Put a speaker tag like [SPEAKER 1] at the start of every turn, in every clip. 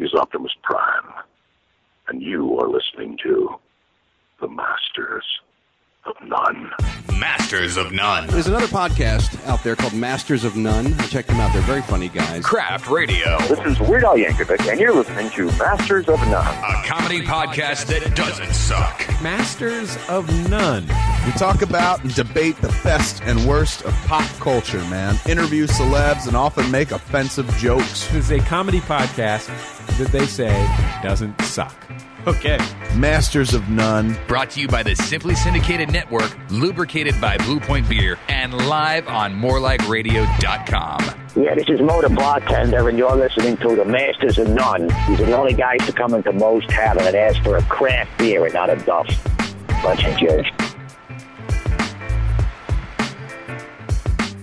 [SPEAKER 1] is Optimus Prime, and you are listening to The Masters of None.
[SPEAKER 2] Masters of None.
[SPEAKER 3] There's another podcast out there called Masters of None. Check them out. They're very funny guys.
[SPEAKER 2] Craft Radio,
[SPEAKER 4] This is Weird Al Yankovic, and you're listening to Masters of None.
[SPEAKER 2] a comedy podcast that doesn't suck.
[SPEAKER 5] Masters of None.
[SPEAKER 6] We talk about and debate the best and worst of pop culture, man. Interview celebs and often make offensive jokes.
[SPEAKER 5] This is a comedy podcast that they say doesn't suck. Okay.
[SPEAKER 6] Masters of none.
[SPEAKER 2] Brought to you by the Simply Syndicated Network, lubricated by Blue Point Beer, and live on morelikeradio.com.
[SPEAKER 7] Yeah, this is Mo the bartender, and you're listening to the Masters of None. He's the only guy to come into Mo's Tavern and ask for a craft beer and not a duff. Bunch of jerks.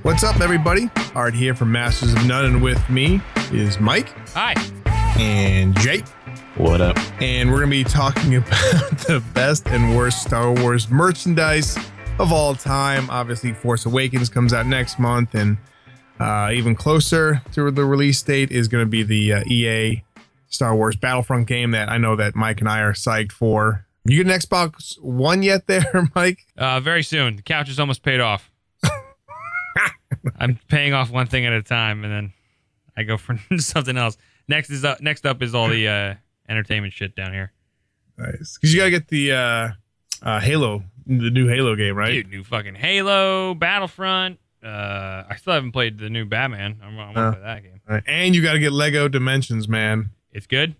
[SPEAKER 8] What's up, everybody? Art here from Masters of None, and with me is Mike. Hi. And Jake.
[SPEAKER 5] What up?
[SPEAKER 8] And we're going to be talking about the best and worst Star Wars merchandise of all time. Obviously, Force Awakens comes out next month, and uh, even closer to the release date is going to be the uh, EA Star Wars Battlefront game that I know that Mike and I are psyched for. You get an Xbox One yet, there, Mike?
[SPEAKER 9] Uh, very soon. The couch is almost paid off. I'm paying off one thing at a time, and then I go for something else. Next is up, next up is all the uh, entertainment shit down here.
[SPEAKER 8] Nice, because you got to get the uh, uh, Halo, the new Halo game, right?
[SPEAKER 9] Dude, new fucking Halo, Battlefront. Uh, I still haven't played the new Batman. I'm, I'm
[SPEAKER 8] Uh.
[SPEAKER 9] to play that game.
[SPEAKER 8] All right. And you got to get Lego Dimensions, man.
[SPEAKER 9] It's good.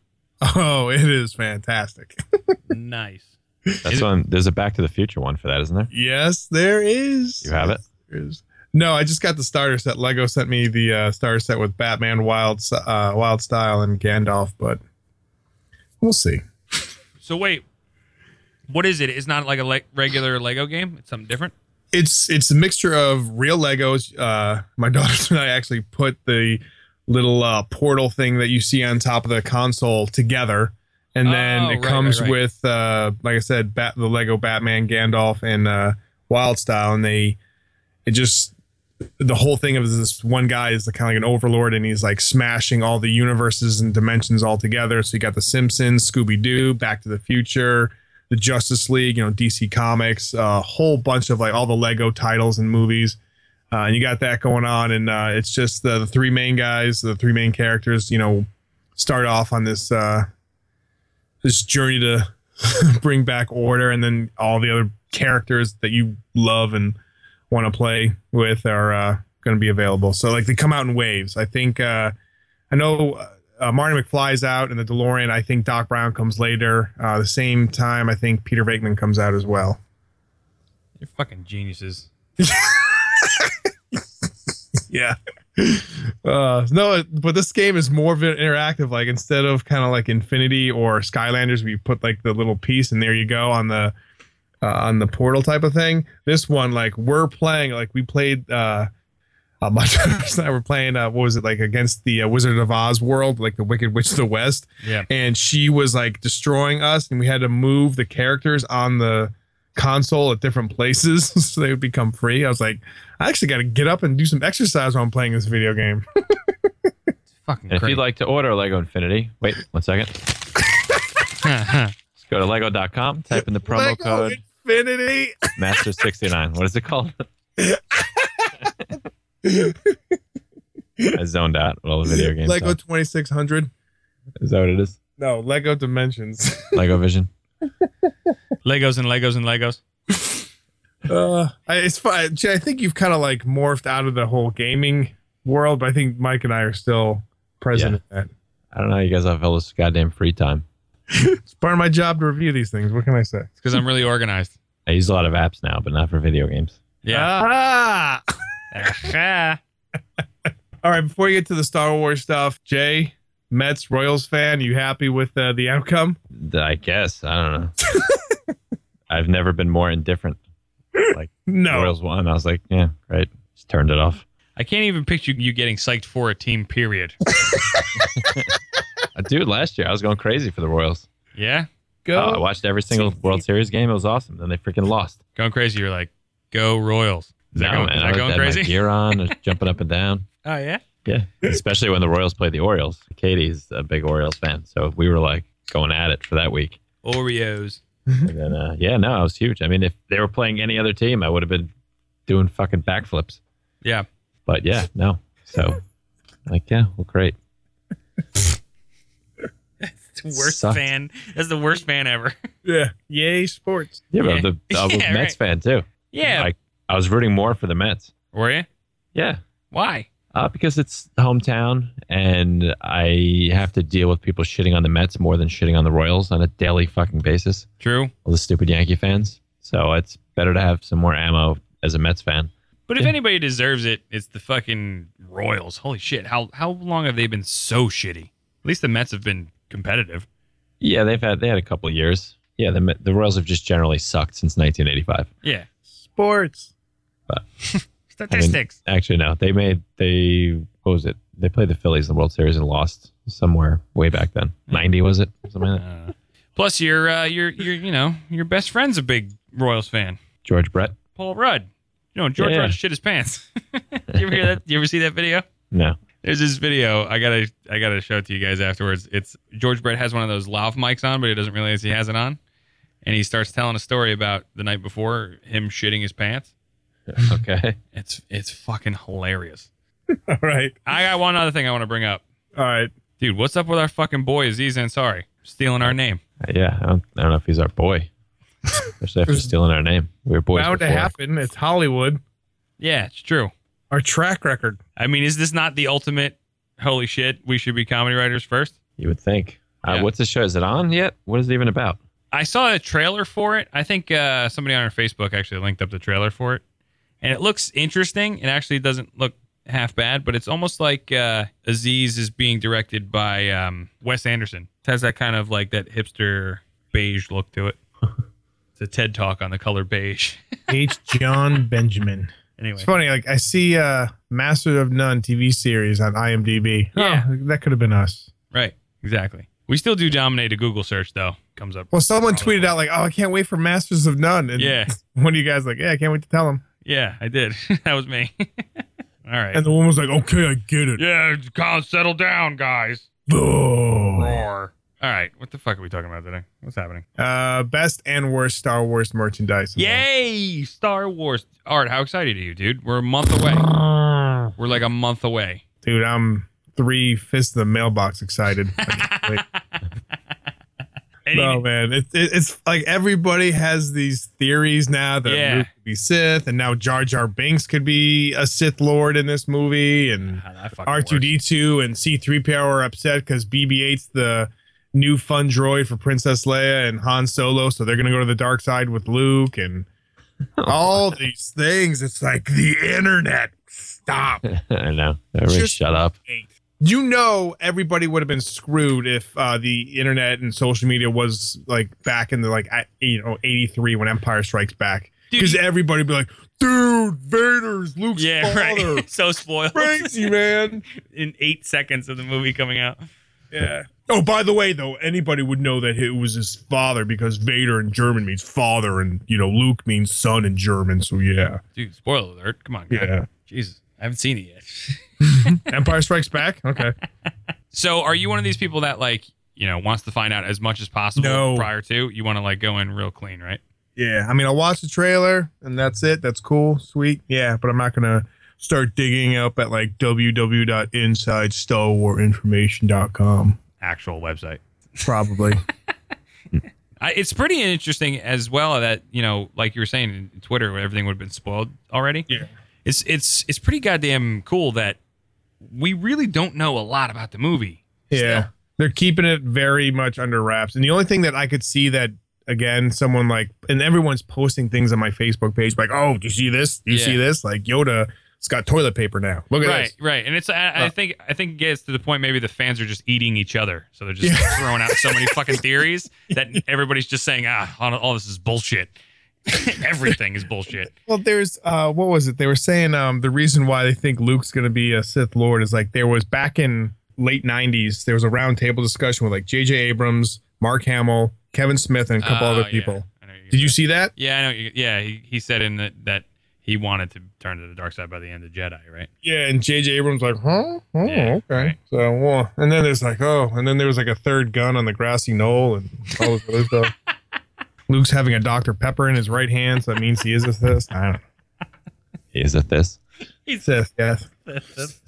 [SPEAKER 8] Oh, it is fantastic.
[SPEAKER 9] nice.
[SPEAKER 10] That's one. There's a Back to the Future one for that, isn't there?
[SPEAKER 8] yes, there is.
[SPEAKER 10] You have it.
[SPEAKER 8] There is. No, I just got the starter set. Lego sent me the uh, starter set with Batman, Wild, S- uh, Wild Style, and Gandalf, but we'll see.
[SPEAKER 9] So wait, what is it? It's not like a le- regular Lego game. It's something different.
[SPEAKER 8] it's it's a mixture of real Legos. Uh, my daughters and I actually put the little uh, portal thing that you see on top of the console together, and then
[SPEAKER 9] Oh,
[SPEAKER 8] it
[SPEAKER 9] right,
[SPEAKER 8] comes
[SPEAKER 9] right, right.
[SPEAKER 8] with, uh, like I said, Bat- the Lego Batman, Gandalf, and uh, Wild Style, and they it just the whole thing of this one guy is kind of like an overlord, and he's like smashing all the universes and dimensions all together. So you got the Simpsons, Scooby Doo, Back to the Future the Justice League, you know, DC Comics, a whole bunch of like all the Lego titles and movies. Uh, and you got that going on, and uh, it's just the, the three main guys, the three main characters, you know, start off on this uh, this journey to bring back order, and then all the other characters that you love and want to play with are uh, going to be available. So like they come out in waves. I think uh, I know uh, Marty McFly's out in the DeLorean. I think Doc Brown comes later. Uh, the same time, I think Peter Venkman comes out as well.
[SPEAKER 9] You're fucking geniuses.
[SPEAKER 8] Yeah. Uh, no, but this game is more of an interactive. Like instead of kind of like Infinity or Skylanders, where you put like the little piece and there you go on the uh, on the portal type of thing. This one, like we're playing, like we played. Uh, uh, my daughters and I were playing. Uh, what was it like against the uh, Wizard of Oz world, like the Wicked Witch of the West?
[SPEAKER 9] Yeah.
[SPEAKER 8] and she was like destroying us and we had to move the characters on the console at different places so they would become free i was like i actually got to get up and do some exercise while i'm playing this video game
[SPEAKER 9] It's fucking
[SPEAKER 10] And if
[SPEAKER 9] crazy.
[SPEAKER 10] you'd like to order a Lego Infinity, wait one second. Just go to lego.com, type in the promo
[SPEAKER 8] Lego
[SPEAKER 10] code
[SPEAKER 8] oh, infinity
[SPEAKER 10] Master69. What is it called? I zoned out with all the video games.
[SPEAKER 8] lego
[SPEAKER 10] on.
[SPEAKER 8] 2600
[SPEAKER 10] Is that what it is?
[SPEAKER 8] no lego dimensions
[SPEAKER 10] Lego Vision.
[SPEAKER 9] Legos and Legos and Legos.
[SPEAKER 8] uh I, it's fine Jay, i think you've kind of like morphed out of the whole gaming world but i think mike and i are still present in that
[SPEAKER 10] I don't know. how You guys have all this goddamn free time.
[SPEAKER 8] it's part of my job to review these things what can i say
[SPEAKER 9] It's because I'm really organized.
[SPEAKER 10] I use a lot of apps now, but not for video games.
[SPEAKER 9] Yeah.
[SPEAKER 8] Ah!
[SPEAKER 9] Ah.
[SPEAKER 8] All right, before you get to the Star Wars stuff, Jay, Mets, Royals fan, you happy with uh, the outcome?
[SPEAKER 10] I guess. I don't know. I've never been more indifferent. Like
[SPEAKER 8] No.
[SPEAKER 10] Royals won. I was like, yeah, right. Just turned it off.
[SPEAKER 9] I can't even picture you getting psyched for a team, period.
[SPEAKER 10] Uh, Dude, last year I was going crazy for the Royals.
[SPEAKER 9] Yeah?
[SPEAKER 8] Go.
[SPEAKER 10] Oh, I watched every single World Series game. It was awesome. Then they freaking lost.
[SPEAKER 9] Going crazy. You're like, go Royals. Is that
[SPEAKER 10] No,
[SPEAKER 9] going,
[SPEAKER 10] man,
[SPEAKER 9] is
[SPEAKER 10] I
[SPEAKER 9] that
[SPEAKER 10] was-
[SPEAKER 9] going
[SPEAKER 10] had my
[SPEAKER 9] crazy?
[SPEAKER 10] gear on, I was jumping up and down.
[SPEAKER 9] Oh, yeah?
[SPEAKER 10] Yeah, especially when the Royals play the Orioles. Katie's a big Orioles fan, so we were like going at it for that week.
[SPEAKER 9] Oreos.
[SPEAKER 10] And then, uh, yeah, no, it was huge. I mean, if they were playing any other team, I would have been doing fucking backflips.
[SPEAKER 9] Yeah.
[SPEAKER 10] But yeah, no. So, like, yeah, well, great.
[SPEAKER 9] It's the worst
[SPEAKER 10] Sucked.
[SPEAKER 9] fan. That's the worst fan ever.
[SPEAKER 8] Yeah. Yay, sports.
[SPEAKER 10] Yeah,
[SPEAKER 9] Yeah.
[SPEAKER 10] but the, I was a
[SPEAKER 9] Yeah,
[SPEAKER 10] Mets fan too.
[SPEAKER 9] Yeah.
[SPEAKER 10] Like, I was rooting more for the Mets.
[SPEAKER 9] Were you?
[SPEAKER 10] Yeah.
[SPEAKER 9] Why?
[SPEAKER 10] Uh, because it's hometown, and I have to deal with people shitting on the Mets more than shitting on the Royals on a daily fucking basis.
[SPEAKER 9] True.
[SPEAKER 10] All the stupid Yankee fans. So it's better to have some more ammo as a Mets fan.
[SPEAKER 9] But if
[SPEAKER 10] Yeah.
[SPEAKER 9] anybody deserves it, it's the fucking Royals. Holy shit. How how long have they been so shitty? At least the Mets have been competitive.
[SPEAKER 10] Yeah, they've had they had a couple of years. Yeah, the Met- the Royals have just generally sucked since 1985.
[SPEAKER 9] Yeah.
[SPEAKER 8] Sports.
[SPEAKER 9] Statistics.
[SPEAKER 10] Actually, no, they made they what was it? They played the Phillies in the World Series and lost somewhere way back then. 90 was it? Something like that.
[SPEAKER 9] Uh, plus your uh your your you know, your best friend's a big Royals fan.
[SPEAKER 10] George Brett.
[SPEAKER 9] Paul Rudd. You know, George
[SPEAKER 10] Yeah.
[SPEAKER 9] Rudd shit his pants. you ever hear that? You ever see that video?
[SPEAKER 10] No.
[SPEAKER 9] There's this video. I gotta I gotta show it to you guys afterwards. It's George Brett has one of those lav mics on, but he doesn't realize he has it on. And he starts telling a story about the night before him shitting his pants.
[SPEAKER 10] Okay.
[SPEAKER 9] It's it's fucking hilarious.
[SPEAKER 8] All right.
[SPEAKER 9] I got one other thing I want to bring up.
[SPEAKER 8] All right.
[SPEAKER 9] Dude, what's up with our fucking boy Aziz Ansari stealing our name?
[SPEAKER 10] Yeah, I don't, I don't know if he's our boy. Especially after stealing our name. We were boys
[SPEAKER 8] Bound to
[SPEAKER 10] before.
[SPEAKER 8] happen. It's Hollywood.
[SPEAKER 9] Yeah, it's true.
[SPEAKER 8] Our track record.
[SPEAKER 9] I mean, is this not the ultimate holy shit, we should be comedy writers first?
[SPEAKER 10] You would think. Uh,
[SPEAKER 9] Yeah.
[SPEAKER 10] What's the show? Is it on yet? What is it even about?
[SPEAKER 9] I saw a trailer for it. I think uh, somebody on our Facebook actually linked up the trailer for it, and it looks interesting. It actually doesn't look half bad, but it's almost like uh, Aziz is being directed by um, Wes Anderson. It has that kind of like that hipster beige look to it. it's a TED talk on the color beige.
[SPEAKER 8] H. John Benjamin.
[SPEAKER 9] anyway,
[SPEAKER 8] It's funny, like I see uh Master of None TV series on IMDb.
[SPEAKER 9] Yeah.
[SPEAKER 8] Oh, that could have been us.
[SPEAKER 9] right, exactly. We still do dominate a Google search though. Comes up.
[SPEAKER 8] Well, someone tweeted out like, "Oh, I can't wait for Masters of None." And
[SPEAKER 9] Yeah.
[SPEAKER 8] one of you guys like, "Yeah, I can't wait to tell him."
[SPEAKER 9] Yeah, I did. that was me. All right.
[SPEAKER 8] And the woman was like, "Okay, I get it."
[SPEAKER 9] yeah, calm, settle down, guys.
[SPEAKER 8] Oh.
[SPEAKER 9] Roar. All right, what the fuck are we talking about today? What's happening?
[SPEAKER 8] Uh, best and worst Star Wars merchandise.
[SPEAKER 9] Yay! Star Wars. Art, how excited are you, dude? We're a month away.
[SPEAKER 8] Ah.
[SPEAKER 9] We're like a month away.
[SPEAKER 8] dude, I'm three fifths of the mailbox excited. I can't wait.
[SPEAKER 9] Any-
[SPEAKER 8] no man, it, it, it's like everybody has these theories now that
[SPEAKER 9] Yeah.
[SPEAKER 8] Luke could be Sith, and now Jar Jar Binks could be a Sith Lord in this movie, and
[SPEAKER 9] Ah, that fucking
[SPEAKER 8] R two D two and C three PO are upset because BB 8s the new fun droid for Princess Leia and Han Solo, so they're gonna go to the dark side with Luke and all these things. It's like the internet. Stop.
[SPEAKER 10] I know. Everybody
[SPEAKER 8] Just-
[SPEAKER 10] shut up.
[SPEAKER 8] You know, everybody would have been screwed if uh, the internet and social media was like back in the like at, you know eighty three when Empire Strikes Back,
[SPEAKER 9] Dude,
[SPEAKER 8] because
[SPEAKER 9] you-
[SPEAKER 8] everybody would be like, dude, Vader's Luke's
[SPEAKER 9] Yeah,
[SPEAKER 8] father.
[SPEAKER 9] right. so spoiled.
[SPEAKER 8] Crazy man.
[SPEAKER 9] In eight seconds of the movie coming out.
[SPEAKER 8] Yeah. Oh, by the way, though, anybody would know that it was his father because Vader in German means father, and you know Luke means son in German. So yeah,
[SPEAKER 9] Dude, spoiler alert. Come on, guys.
[SPEAKER 8] yeah.
[SPEAKER 9] Jesus, I haven't seen it yet.
[SPEAKER 8] Empire Strikes Back. Okay.
[SPEAKER 9] so, are you one of these people that, like, you know, wants to find out as much as possible
[SPEAKER 8] No.
[SPEAKER 9] prior to? You want to, like, go in real clean, right?
[SPEAKER 8] Yeah. I mean, I watched the trailer, and that's it. That's cool, sweet. Yeah, but I'm not gonna start digging up at like www.insidestarwarinformation.com.
[SPEAKER 9] Actual website.
[SPEAKER 8] Probably.
[SPEAKER 9] I, it's pretty interesting as well that you know, like you were saying, in Twitter, where everything would have been spoiled already.
[SPEAKER 8] Yeah.
[SPEAKER 9] it's it's it's pretty goddamn cool that we really don't know a lot about the movie.
[SPEAKER 8] Yeah. They're keeping it very much under wraps. And the only thing that I could see that again, someone like and everyone's posting things on my Facebook page like, "Oh, do you see this? Do you
[SPEAKER 9] Yeah.
[SPEAKER 8] see this?" Like Yoda, it's got toilet paper now. Look at
[SPEAKER 9] right,
[SPEAKER 8] this.
[SPEAKER 9] right, and it's I, I
[SPEAKER 8] Uh.
[SPEAKER 9] think I think it gets to the point maybe the fans are just eating each other, so they're just throwing out so many fucking theories that everybody's just saying ah, all, all this is bullshit. Everything is bullshit.
[SPEAKER 8] Well, there's uh what was it? They were saying um the reason why they think Luke's going to be a Sith Lord is like there was back in late 90s, there was a roundtable discussion with like JJ Abrams, Mark Hamill, Kevin Smith and a couple
[SPEAKER 9] Oh,
[SPEAKER 8] other
[SPEAKER 9] yeah.
[SPEAKER 8] people.
[SPEAKER 9] I know what you're
[SPEAKER 8] Did you
[SPEAKER 9] saying.
[SPEAKER 8] see that?
[SPEAKER 9] Yeah, I know. Yeah, he, he said in that that he wanted to turn to the dark side by the end of Jedi, right?
[SPEAKER 8] Yeah, and J.J. Abrams like, huh? Oh,
[SPEAKER 9] Yeah,
[SPEAKER 8] okay.
[SPEAKER 9] right.
[SPEAKER 8] So, well, and then there's like, oh, and then there was like a third gun on the grassy knoll and all this other stuff. Luke's having a Dr. Pepper in his right hand, so that means he is a Sith. I don't know.
[SPEAKER 10] Is it this?
[SPEAKER 9] He's
[SPEAKER 8] Sith, yes.
[SPEAKER 9] fifth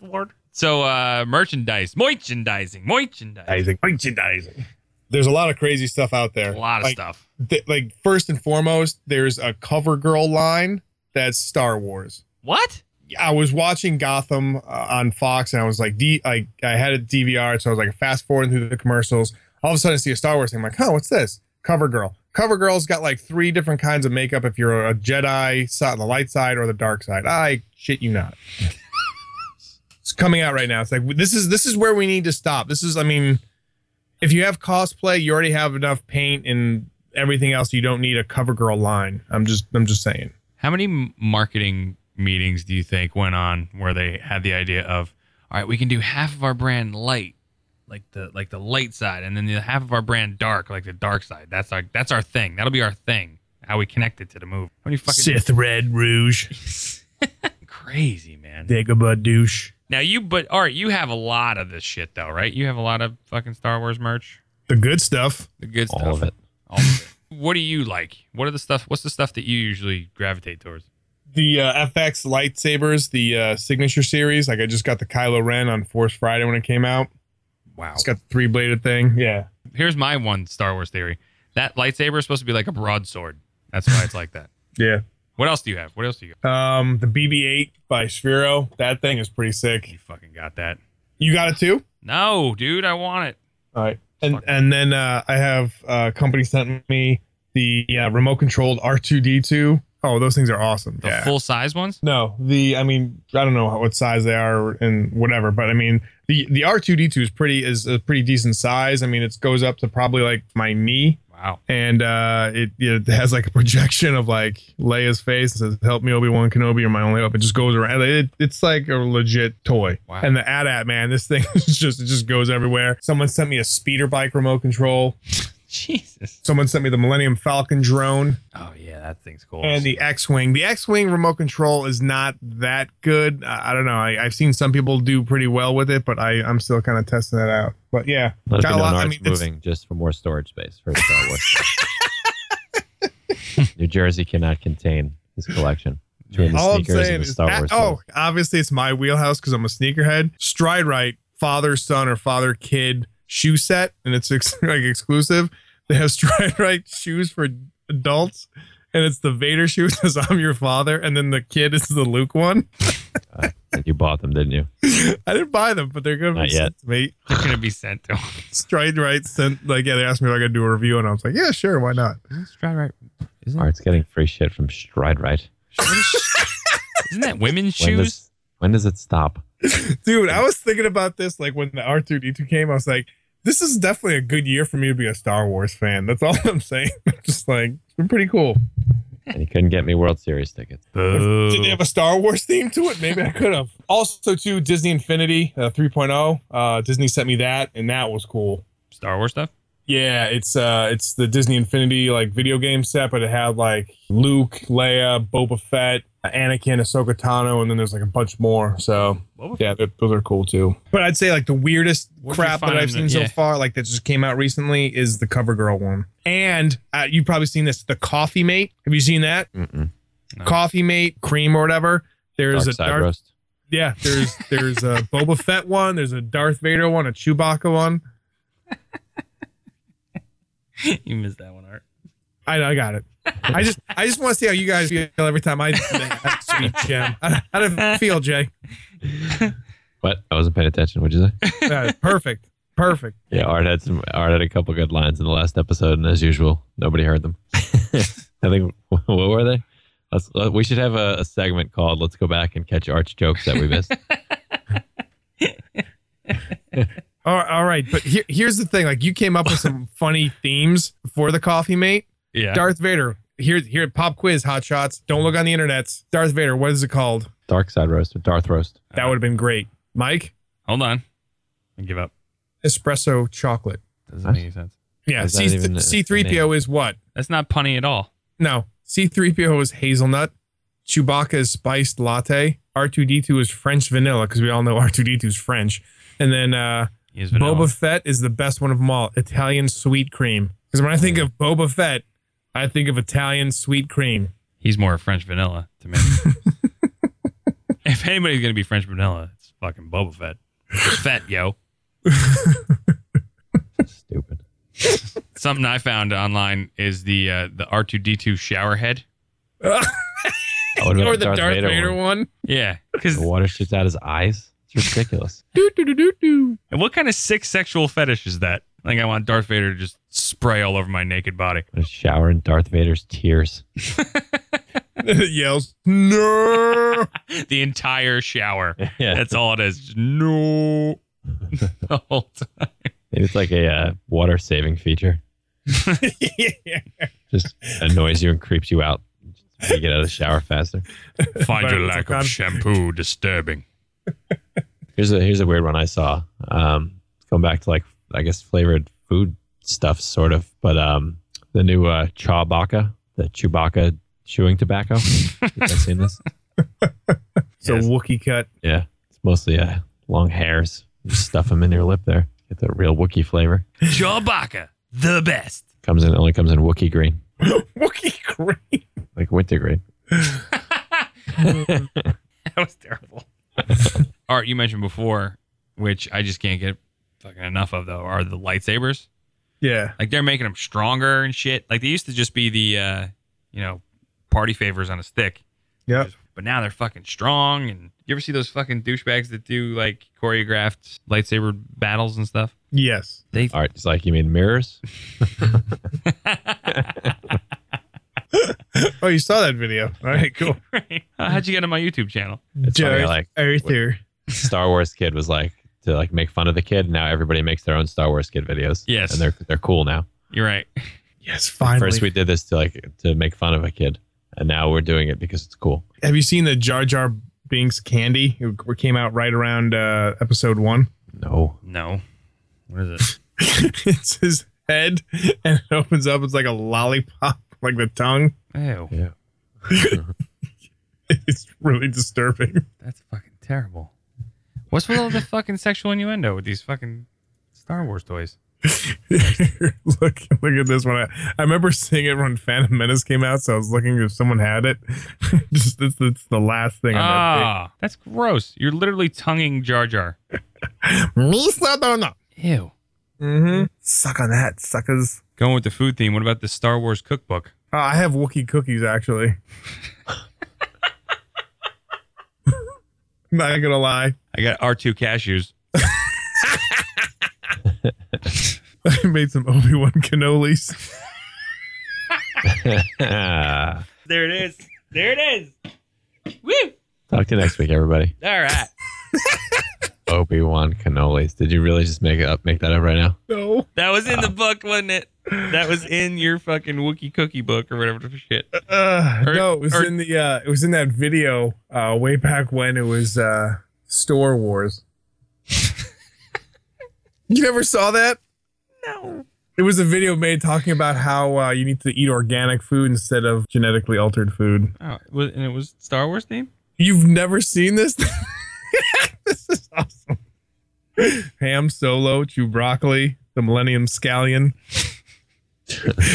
[SPEAKER 9] lord. So uh, merchandise, merchandising, merchandising,
[SPEAKER 8] Isaac. Merchandising. There's a lot of crazy stuff out there.
[SPEAKER 9] a lot of
[SPEAKER 8] Like,
[SPEAKER 9] stuff.
[SPEAKER 8] th- like first and foremost, there's a cover girl line that's Star Wars.
[SPEAKER 9] What?
[SPEAKER 8] I was watching Gotham uh, on Fox, and I was like, D- I, I had a DVR, so I was like fast forwarding through the commercials. All of a sudden, I see a Star Wars thing. I'm like, oh, what's this? Cover girl. Cover girl's got like three different kinds of makeup. If you're a Jedi, si- the light side or the dark side. I shit you not. it's coming out right now. It's like this is this is where we need to stop. This is, I mean, if you have cosplay, you already have enough paint and everything else. You don't need a cover girl line. I'm just I'm just saying.
[SPEAKER 9] How many m- marketing meetings do you think went on where they had the idea of, all right, we can do half of our brand light, like the like the light side, and then the half of our brand dark, like the dark side. That's our that's our thing. That'll be our thing. How we connect it to the movie. How many fucking
[SPEAKER 8] Red Rouge,
[SPEAKER 9] crazy man?
[SPEAKER 8] Dagobah douche.
[SPEAKER 9] Now you, but all right, you have a lot of this shit though, right? You have a lot of fucking Star Wars merch,
[SPEAKER 8] the good stuff.
[SPEAKER 9] the good
[SPEAKER 10] All
[SPEAKER 9] stuff,
[SPEAKER 10] of it.
[SPEAKER 9] All of it. What do you like? What are the stuff? What's the stuff that you usually gravitate towards?
[SPEAKER 8] The uh, FX lightsabers, the uh, signature series. Like I just got the Kylo Ren on Force Friday when it came out.
[SPEAKER 9] Wow.
[SPEAKER 8] It's got the three bladed thing. Yeah.
[SPEAKER 9] Here's my one Star Wars theory: that lightsaber is supposed to be like a broadsword. That's why it's like that.
[SPEAKER 8] Yeah.
[SPEAKER 9] What else do you have? What else do you got?
[SPEAKER 8] Um, the BB-8 by Sphero. That thing is pretty sick.
[SPEAKER 9] You fucking got that?
[SPEAKER 8] You got it too.
[SPEAKER 9] No, dude, I want it.
[SPEAKER 8] All right. And and then uh, I have uh, company sent me the uh, remote controlled R2D2. Oh, those things are awesome.
[SPEAKER 9] The
[SPEAKER 8] yeah.
[SPEAKER 9] full size ones.
[SPEAKER 8] No, the I mean I don't know how- what size they are and whatever, but I mean the the R two D two is pretty is a pretty decent size. I mean it goes up to probably like my knee,
[SPEAKER 9] Wow.
[SPEAKER 8] and uh, it it has like a projection of like Leia's face and says "Help me, Obi Wan Kenobi," or "My only hope." It just goes around. It, it's like a legit toy.
[SPEAKER 9] Wow.
[SPEAKER 8] And the AT-AT man, this thing is just it just goes everywhere. Someone sent me a speeder bike remote control.
[SPEAKER 9] Jesus.
[SPEAKER 8] Someone sent me the Millennium Falcon drone
[SPEAKER 9] Oh yeah, that thing's cool.
[SPEAKER 8] and the X Wing. The X Wing remote control is not that good. I, I don't know. I, I've seen some people do pretty well with it, but I, I'm still kind of testing that out. But yeah,
[SPEAKER 10] Let it
[SPEAKER 8] got
[SPEAKER 10] be
[SPEAKER 8] a lot-
[SPEAKER 10] known
[SPEAKER 8] I
[SPEAKER 10] art's
[SPEAKER 8] mean, it's-
[SPEAKER 10] moving just for more storage space for the Star Wars. New Jersey cannot contain his collection. Between the
[SPEAKER 8] all I'm
[SPEAKER 10] sneakers
[SPEAKER 8] saying
[SPEAKER 10] and the
[SPEAKER 8] is
[SPEAKER 10] Star
[SPEAKER 8] that-
[SPEAKER 10] Wars.
[SPEAKER 8] oh,
[SPEAKER 10] toys.
[SPEAKER 8] obviously it's my wheelhouse because I'm a sneakerhead. Stride right, father son or father kid shoe set, and it's ex- like exclusive. They have stride right shoes for adults. And it's the Vader shoe because I'm your father, and then the kid is the Luke one.
[SPEAKER 10] And you bought them, didn't you?
[SPEAKER 8] I didn't buy them, but they're gonna
[SPEAKER 10] Not
[SPEAKER 8] be
[SPEAKER 10] yet.
[SPEAKER 8] sent to me.
[SPEAKER 9] They're gonna be sent to.
[SPEAKER 8] Stride Right sent like yeah, they asked me if I could do a review, and I was like, yeah, sure, why not?
[SPEAKER 9] Try right. Isn't,
[SPEAKER 10] Art's getting free shit from Stride Right.
[SPEAKER 9] isn't that women's
[SPEAKER 10] When
[SPEAKER 9] shoes?
[SPEAKER 10] does, when does it stop?
[SPEAKER 8] Dude, I was thinking about this like when the R two D two came, I was like, this is definitely a good year for me to be a Star Wars fan. That's all I'm saying. Just like it's been pretty cool.
[SPEAKER 10] And he couldn't get me World Series tickets.
[SPEAKER 8] Did they have a Star Wars theme to it? Maybe I could have. Also, too, Disney Infinity uh, 3.0. Uh, Disney sent me that, and that was cool.
[SPEAKER 9] Star Wars stuff.
[SPEAKER 8] Yeah, it's uh it's the Disney Infinity like video game set, but it had like Luke, Leia, Boba Fett, Anakin, Ahsoka Tano, and then there's like a bunch more. So
[SPEAKER 9] Boba
[SPEAKER 8] yeah, th- those are cool too. But I'd say like the weirdest
[SPEAKER 9] What'd you
[SPEAKER 8] crap that
[SPEAKER 9] find
[SPEAKER 8] I've
[SPEAKER 9] that-
[SPEAKER 8] seen
[SPEAKER 9] yeah.
[SPEAKER 8] so far, like that just came out recently, is the CoverGirl one. And uh, you've probably seen this, the Coffee Mate. Have you seen that?
[SPEAKER 10] Mm-mm.
[SPEAKER 9] No.
[SPEAKER 8] Coffee Mate cream or whatever. There's
[SPEAKER 10] Dark
[SPEAKER 8] a
[SPEAKER 10] side
[SPEAKER 8] dark
[SPEAKER 10] roast.
[SPEAKER 8] yeah, there's there's a Boba Fett one, there's a Darth Vader one, a Chewbacca one.
[SPEAKER 9] you missed that one, Art.
[SPEAKER 8] I, I got it. I just I just want to see how you guys feel every time I speak, Jim. How do it feel, Jay?
[SPEAKER 10] What? I wasn't paying attention. What'd you say?
[SPEAKER 8] Uh, perfect, perfect.
[SPEAKER 10] Yeah, Art had some. Art had a couple good lines in the last episode, and as usual, nobody heard them. I think what were they? Let's, let- we should have a, a segment called "Let's Go Back and Catch Art's Jokes That We Missed."
[SPEAKER 8] All, all right, but here, here's the thing: like you came up with some funny themes for the coffee mate,
[SPEAKER 9] Yeah.
[SPEAKER 8] Darth Vader. Here, here, pop quiz, hot shots. Don't look on the internets. Darth Vader. What is it called?
[SPEAKER 10] Dark side roast or Darth roast?
[SPEAKER 8] That would have been great, Mike.
[SPEAKER 9] Hold on. I give up.
[SPEAKER 8] Espresso chocolate.
[SPEAKER 9] Doesn't make any sense.
[SPEAKER 8] Yeah,
[SPEAKER 10] Is that even a-
[SPEAKER 8] C three PO is what?
[SPEAKER 9] That's not punny at all.
[SPEAKER 8] No, C three PO is hazelnut. Chewbacca is spiced latte. R2D2 is French vanilla because we all know R2D2 is French. And then uh,
[SPEAKER 9] He is vanilla.
[SPEAKER 8] Boba Fett is the best one of them all. Italian sweet cream. Because when I think of Boba Fett, I think of Italian sweet cream.
[SPEAKER 9] He's more French vanilla to me. if anybody's gonna be French vanilla, it's fucking Boba Fett. It's Fett, yo.
[SPEAKER 10] Stupid.
[SPEAKER 9] Something I found online is the uh, the R two D two shower head.
[SPEAKER 10] Oh, what about
[SPEAKER 8] or the Darth, Vader,
[SPEAKER 10] one?
[SPEAKER 8] one.
[SPEAKER 9] Yeah, because
[SPEAKER 10] The water shoots out his eyes. It's ridiculous.
[SPEAKER 9] And what kind of sick sexual fetish is that? Like I want Darth Vader to just spray all over my naked body.
[SPEAKER 10] a shower in Darth Vader's tears.
[SPEAKER 8] It yells, no.
[SPEAKER 9] The entire shower.
[SPEAKER 10] Yeah.
[SPEAKER 9] That's all it is. Just, no. the whole time.
[SPEAKER 10] Maybe it's like a uh, water saving feature. Just annoys you and creeps you out. You get out of the shower faster.
[SPEAKER 9] Find your
[SPEAKER 8] Environmental
[SPEAKER 9] lack
[SPEAKER 8] con-
[SPEAKER 9] of shampoo disturbing.
[SPEAKER 10] Here's a here's a weird one I saw. Um, going back to like I guess flavored food stuff, sort of. But um, the new uh, Chewbacca, the Chewbacca chewing tobacco. you guys seen this?
[SPEAKER 8] So
[SPEAKER 10] Yes.
[SPEAKER 8] Wookie cut.
[SPEAKER 10] Yeah, it's mostly uh, long hairs. You stuff them in your lip there. Get the real Wookiee flavor.
[SPEAKER 9] Chewbacca, the best.
[SPEAKER 10] Comes in only comes in Wookiee green,
[SPEAKER 8] Wookie green.
[SPEAKER 10] like winter green.
[SPEAKER 9] That was terrible. Art, you mentioned before, which I just can't get fucking enough of though, are the lightsabers.
[SPEAKER 8] Yeah.
[SPEAKER 9] Like they're making them stronger and shit. Like they used to just be the, uh, you know, party favors on a stick.
[SPEAKER 8] Yep.
[SPEAKER 9] But now they're fucking strong. And you ever see those fucking douchebags that do like choreographed lightsaber battles and stuff?
[SPEAKER 8] Yes.
[SPEAKER 9] They
[SPEAKER 10] All right, it's like you mean mirrors.
[SPEAKER 8] Oh, you saw that video. All right, cool.
[SPEAKER 9] how'd you get on my YouTube channel?
[SPEAKER 10] It's funny, like
[SPEAKER 8] Arthur.
[SPEAKER 10] Star Wars kid was like to like make fun of the kid. Now everybody makes their own Star Wars kid videos.
[SPEAKER 9] Yes.
[SPEAKER 10] and they're they're cool now.
[SPEAKER 9] You're right.
[SPEAKER 8] Yes, finally.
[SPEAKER 10] First we did this to like to make fun of a kid, and now we're doing it because it's cool.
[SPEAKER 8] Have you seen the Jar Jar Binks candy? It came out right around uh, episode one.
[SPEAKER 10] No,
[SPEAKER 9] No. What is it?
[SPEAKER 8] it's his head, and it opens up. It's like a lollipop, like the tongue.
[SPEAKER 9] Ew.
[SPEAKER 10] yeah,
[SPEAKER 8] It's really disturbing.
[SPEAKER 9] That's fucking terrible. What's with all the fucking sexual innuendo with these fucking Star Wars toys?
[SPEAKER 8] look, look at this one. I, I remember seeing it when Phantom Menace came out, so I was looking if someone had it. Just it's, it's the last thing. on
[SPEAKER 9] Ah, that's gross. You're literally tonguing Jar Jar.
[SPEAKER 8] that thing. Me Sadona.
[SPEAKER 9] Ew.
[SPEAKER 8] Mm-hmm. Suck on that, suckers.
[SPEAKER 9] Going with the food theme, what about the Star Wars cookbook?
[SPEAKER 8] Oh, I have Wookiee cookies actually. Not gonna lie.
[SPEAKER 9] I got R2 cashews.
[SPEAKER 8] I made some Obi Wan cannolis.
[SPEAKER 10] talk
[SPEAKER 9] There it is. There it is. Woo!
[SPEAKER 10] to you next week, everybody.
[SPEAKER 9] All right.
[SPEAKER 10] Obi Wan cannolis. Did you really just make it up? Make that up right now?
[SPEAKER 8] No.
[SPEAKER 9] That was in the book, wasn't it? Ah. That was in your fucking Wookie cookie book or whatever the shit.
[SPEAKER 8] Uh,
[SPEAKER 9] Or-
[SPEAKER 8] no, it was
[SPEAKER 9] or-
[SPEAKER 8] in the uh it was in that video uh way back when it was uh Star Wars. you never saw that?
[SPEAKER 9] No.
[SPEAKER 8] It was a video made talking about how uh, you need to eat organic food instead of genetically altered food.
[SPEAKER 9] Oh, it was- and it was Star Wars theme?
[SPEAKER 8] You've never seen this? this is awesome. Ham Solo, Chew Broccoli, the Millennium Scallion.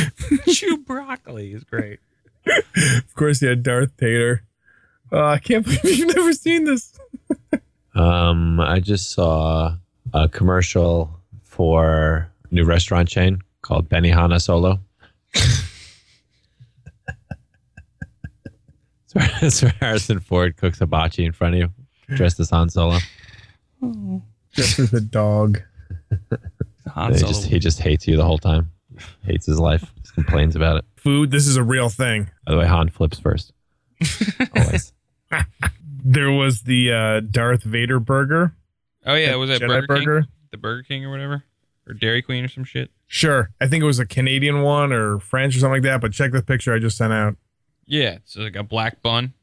[SPEAKER 9] Chew broccoli is great.
[SPEAKER 8] Of course, you had Darth Tater. Uh, I can't believe you've never seen this.
[SPEAKER 10] Um, I just saw a commercial for a new restaurant chain called Benihana Solo. it's, where, it's where Harrison Ford cooks hibachi in front of you, dressed as Han Solo.
[SPEAKER 8] Just as a dog.
[SPEAKER 9] Han
[SPEAKER 10] He
[SPEAKER 9] Solo.
[SPEAKER 10] just, he just hates you the whole time. Hates his life. Just complains about it.
[SPEAKER 8] Food, this is a real thing.
[SPEAKER 10] By the way, Han flips first. Always.
[SPEAKER 8] There was the uh, Darth Vader burger.
[SPEAKER 9] oh, yeah. Was that
[SPEAKER 8] Jedi
[SPEAKER 9] Burger, King? The Burger King or whatever? Or Dairy Queen or some shit?
[SPEAKER 8] Sure. I think it was a Canadian one or French or something like that, but check the picture I just sent out.
[SPEAKER 9] Yeah. It's like a black bun.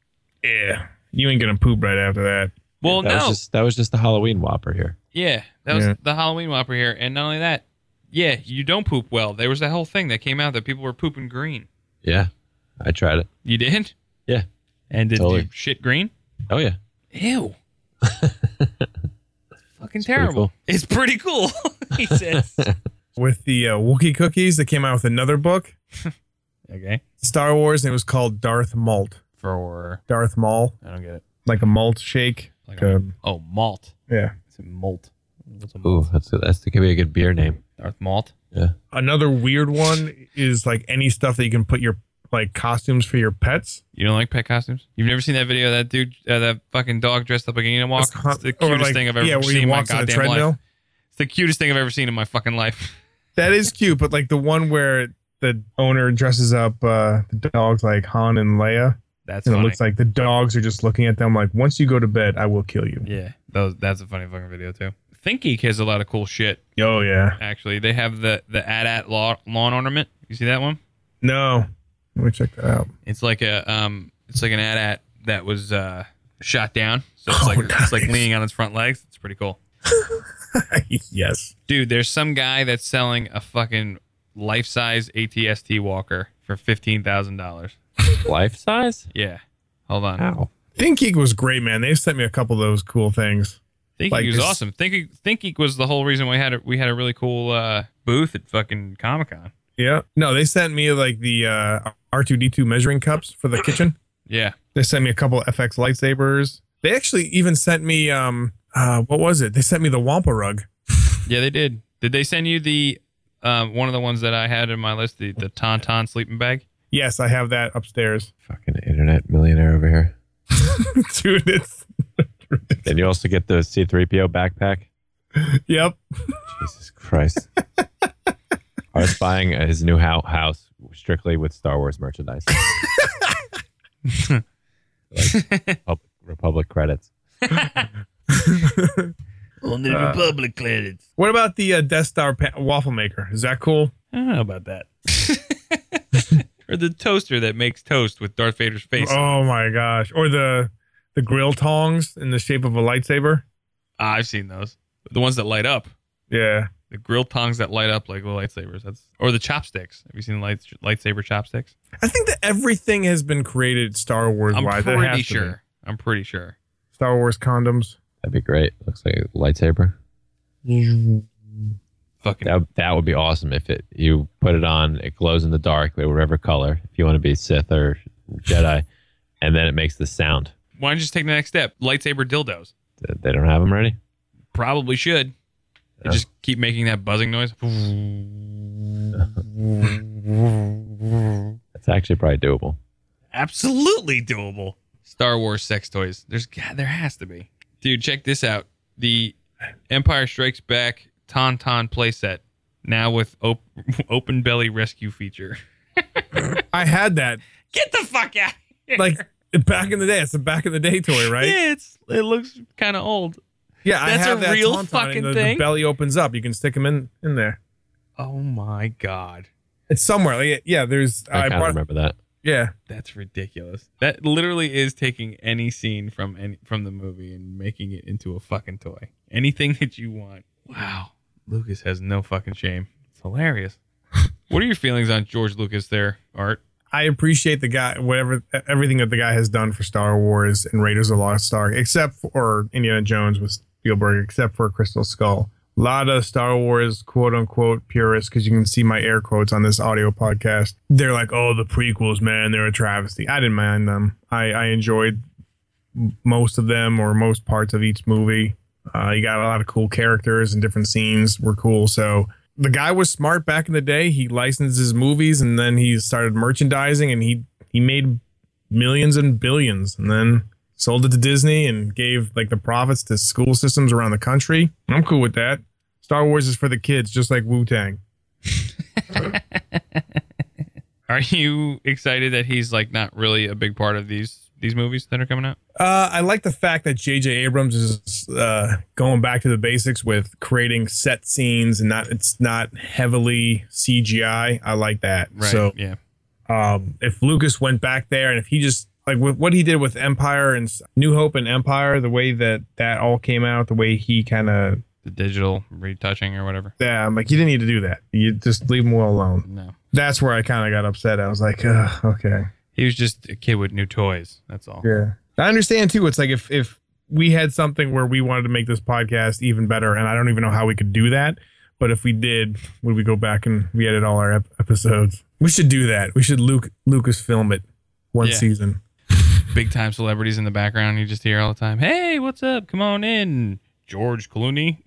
[SPEAKER 8] Yeah. You ain't going to poop right after that.
[SPEAKER 9] Well,
[SPEAKER 10] that
[SPEAKER 9] no.
[SPEAKER 10] was just that was just the Halloween Whopper here.
[SPEAKER 9] Yeah, that was
[SPEAKER 8] Yeah.
[SPEAKER 9] the Halloween Whopper here, and not only that, yeah, you don't poop well. There was that whole thing that came out that people were pooping green.
[SPEAKER 10] Yeah, I tried it.
[SPEAKER 9] You did?
[SPEAKER 10] Yeah.
[SPEAKER 9] And did
[SPEAKER 10] Totally.
[SPEAKER 9] you shit green?
[SPEAKER 10] Oh yeah,
[SPEAKER 9] Ew. Fucking
[SPEAKER 10] pretty
[SPEAKER 9] terrible.
[SPEAKER 10] cool.
[SPEAKER 9] It's pretty cool. he says.
[SPEAKER 8] with the uh, Wookiee cookies. They came out with another book,
[SPEAKER 9] okay.
[SPEAKER 8] Star Wars, and it was called Darth Malt.
[SPEAKER 9] For
[SPEAKER 8] Darth Maul,
[SPEAKER 9] I don't get it.
[SPEAKER 8] like a malt shake.
[SPEAKER 9] Like
[SPEAKER 8] Like a,
[SPEAKER 9] Oh, malt.
[SPEAKER 8] yeah.
[SPEAKER 9] It's a malt. What's a
[SPEAKER 10] Ooh,
[SPEAKER 9] malt?
[SPEAKER 10] that's that's that could be a good beer name.
[SPEAKER 9] Darth malt.
[SPEAKER 8] Another weird one is like any stuff that you can put your like costumes for your pets.
[SPEAKER 9] You don't like pet costumes? You've never seen that video of that dude, uh, that fucking dog dressed up like an Ewok?
[SPEAKER 8] That's con-
[SPEAKER 9] It's the
[SPEAKER 8] or,
[SPEAKER 9] cutest
[SPEAKER 8] like,
[SPEAKER 9] thing I've ever
[SPEAKER 8] yeah, where he
[SPEAKER 9] seen in my
[SPEAKER 8] walks on a
[SPEAKER 9] goddamn life.
[SPEAKER 8] treadmill.
[SPEAKER 9] It's the cutest thing I've ever seen in my fucking life.
[SPEAKER 8] That is cute, but like the one where the owner dresses up uh, the dogs like Han and Leia,
[SPEAKER 9] That's
[SPEAKER 8] and
[SPEAKER 9] funny.
[SPEAKER 8] it looks like the dogs are just looking at them like, "Once you go to bed, I will kill you."
[SPEAKER 9] yeah, that was, that's a funny fucking video too. Think Geek has a lot of cool shit.
[SPEAKER 8] Oh yeah.
[SPEAKER 9] Actually, they have the the AT-AT law, lawn ornament. You see that one?
[SPEAKER 8] No. Let me check that out.
[SPEAKER 9] It's like a um, it's like an AT-AT that was uh shot down. So it's
[SPEAKER 8] Oh,
[SPEAKER 9] like it's like
[SPEAKER 8] nice.
[SPEAKER 9] leaning on its front legs. It's pretty cool.
[SPEAKER 8] yes.
[SPEAKER 9] Dude, there's some guy that's selling a fucking life size ATST walker for fifteen thousand dollars.
[SPEAKER 10] Life size?
[SPEAKER 9] Yeah. Hold on.
[SPEAKER 10] Wow.
[SPEAKER 8] Think Geek was great, man. They've sent me a couple of those cool things.
[SPEAKER 9] Think
[SPEAKER 8] Like
[SPEAKER 9] Geek was
[SPEAKER 8] this-
[SPEAKER 9] awesome. Think Geek- Think Geek was the whole reason we had a, we had a really cool uh, booth at fucking Comic Con.
[SPEAKER 8] Yeah. No, they sent me like the uh, R2D2 measuring cups for the kitchen.
[SPEAKER 9] Yeah.
[SPEAKER 8] They sent me a couple FX lightsabers. They actually even sent me um uh what was it? They sent me the Wampa rug.
[SPEAKER 9] Yeah, they did. Did they send you the um, one of the ones that I had in my list, the, the Tauntaun sleeping bag?
[SPEAKER 8] Yes, I have that upstairs.
[SPEAKER 10] Fucking internet millionaire over here.
[SPEAKER 8] Dude, it's
[SPEAKER 10] And you also get the C3PO backpack.
[SPEAKER 8] yep.
[SPEAKER 10] Jesus Christ. I was buying uh, his new hou- house strictly with Star Wars merchandise. like Republic, Republic credits.
[SPEAKER 9] On the Republic credits.
[SPEAKER 8] Uh, What about the uh, Death Star pa- waffle maker? Is that cool?
[SPEAKER 9] I don't know about that. or the toaster that makes toast with Darth Vader's face.
[SPEAKER 8] Oh my gosh. Or the the grill tongs in the shape of a lightsaber?
[SPEAKER 9] Ah, I've seen those. The ones that light up.
[SPEAKER 8] Yeah.
[SPEAKER 9] The grill tongs that light up like the lightsabers. That's or the chopsticks. Have you seen the lights, lightsaber chopsticks?
[SPEAKER 8] I think that everything has been created Star Wars
[SPEAKER 9] I'm
[SPEAKER 8] wise.
[SPEAKER 9] pretty sure. I'm pretty sure.
[SPEAKER 8] Star Wars condoms.
[SPEAKER 10] That'd be great. Looks like a lightsaber.
[SPEAKER 9] Fucking
[SPEAKER 10] That, that would be awesome if it you put it on, it glows in the dark, whatever color, if you want to be Sith or Jedi, and then it makes the sound.
[SPEAKER 9] Why don't you just take the next step? Lightsaber dildos.
[SPEAKER 10] Th- They don't have them ready?
[SPEAKER 9] Probably should. They
[SPEAKER 10] Yeah.
[SPEAKER 9] Just keep making that buzzing noise.
[SPEAKER 10] That's actually probably doable.
[SPEAKER 9] Absolutely doable. Star Wars sex toys. There's God, there has to be. Dude, check this out. The Empire Strikes Back Tauntaun playset now with op- open belly rescue feature.
[SPEAKER 8] I had that
[SPEAKER 9] Get the fuck out! Here.
[SPEAKER 8] like back in the day. It's a back in the day toy, right?
[SPEAKER 9] yeah, it's it looks kind of old.
[SPEAKER 8] Yeah, I
[SPEAKER 9] That's
[SPEAKER 8] have
[SPEAKER 9] a
[SPEAKER 8] that
[SPEAKER 9] real
[SPEAKER 8] Tauntaun, and
[SPEAKER 9] fucking
[SPEAKER 8] the, the
[SPEAKER 9] thing?
[SPEAKER 8] belly opens up. You can stick them in in there.
[SPEAKER 9] Oh my god,
[SPEAKER 8] It's somewhere. Like, yeah, there's.
[SPEAKER 10] I,
[SPEAKER 8] I,
[SPEAKER 10] kind of
[SPEAKER 8] brought.
[SPEAKER 10] remember that.
[SPEAKER 8] Yeah,
[SPEAKER 9] that's ridiculous. That literally is taking any scene from any from the movie and making it into a fucking toy. Anything that you want. Wow, Lucas has no fucking shame. It's hilarious. what are your feelings on George Lucas there, Art?
[SPEAKER 8] I appreciate the guy. Whatever e, everything that the guy has done for Star Wars and Raiders of the Lost Ark, except for Indiana Jones with Spielberg, except for Crystal Skull. A lot of Star Wars quote unquote purists, because you can see my air quotes on this audio podcast. They're like, "Oh, the prequels, man, they're a travesty." I didn't mind them. I I enjoyed most of them or most parts of each movie. Uh, you got a lot of cool characters and different scenes were cool. So the guy was smart back in the day. He licensed his movies and then he started merchandising and he he made millions and billions and then sold it to Disney and gave like the profits to school systems around the country. I'm cool with that. Star Wars is for the kids, just like Wu Tang.
[SPEAKER 9] Are you excited that he's like not really a big part of these these movies that are coming out?
[SPEAKER 8] Uh, I like the fact that J.J. Abrams is uh, going back to the basics with creating set scenes and not it's not heavily CGI. I like that. So
[SPEAKER 9] yeah.
[SPEAKER 8] um, if Lucas went back there and if he just like with what he did with Empire and s- New Hope and Empire, the way that that all came out, the way he kind of
[SPEAKER 9] The digital retouching or whatever.
[SPEAKER 8] yeah, I'm like you didn't need to do that. You just leave him well alone.
[SPEAKER 9] No.
[SPEAKER 8] That's where I kind of got upset. I was like, Ugh, okay,
[SPEAKER 9] He was just a kid with new toys. That's all.
[SPEAKER 8] Yeah. I understand too. It's like if if we had something where we wanted to make this podcast even better, and I don't even know how we could do that. But if we did, would we go back and re-edit all our ep- episodes? We should do that. We should Luke Lucasfilm it one
[SPEAKER 9] Yeah.
[SPEAKER 8] season.
[SPEAKER 9] Big time celebrities in the background. You just hear all the time. Hey, what's up? Come on in, George Clooney.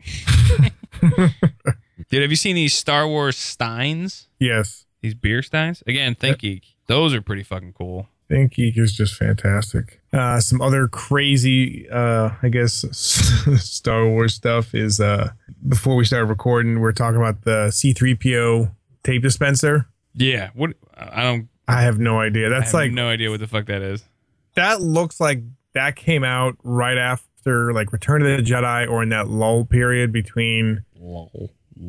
[SPEAKER 9] Dude, have you seen these Star Wars steins?
[SPEAKER 8] Yes,
[SPEAKER 9] These beer steins? Again, Think Geek. Those are pretty fucking cool.
[SPEAKER 8] Think Geek is just fantastic. Uh, some other crazy, uh, I guess, Star Wars stuff is uh, before we started recording, we we're talking about the C3PO tape dispenser.
[SPEAKER 9] Yeah. What? I don't.
[SPEAKER 8] I have no idea.
[SPEAKER 9] I
[SPEAKER 8] That's
[SPEAKER 9] have
[SPEAKER 8] like
[SPEAKER 9] no idea what the fuck that is.
[SPEAKER 8] that looks like that came out right after like Return of the Jedi or in that lull period between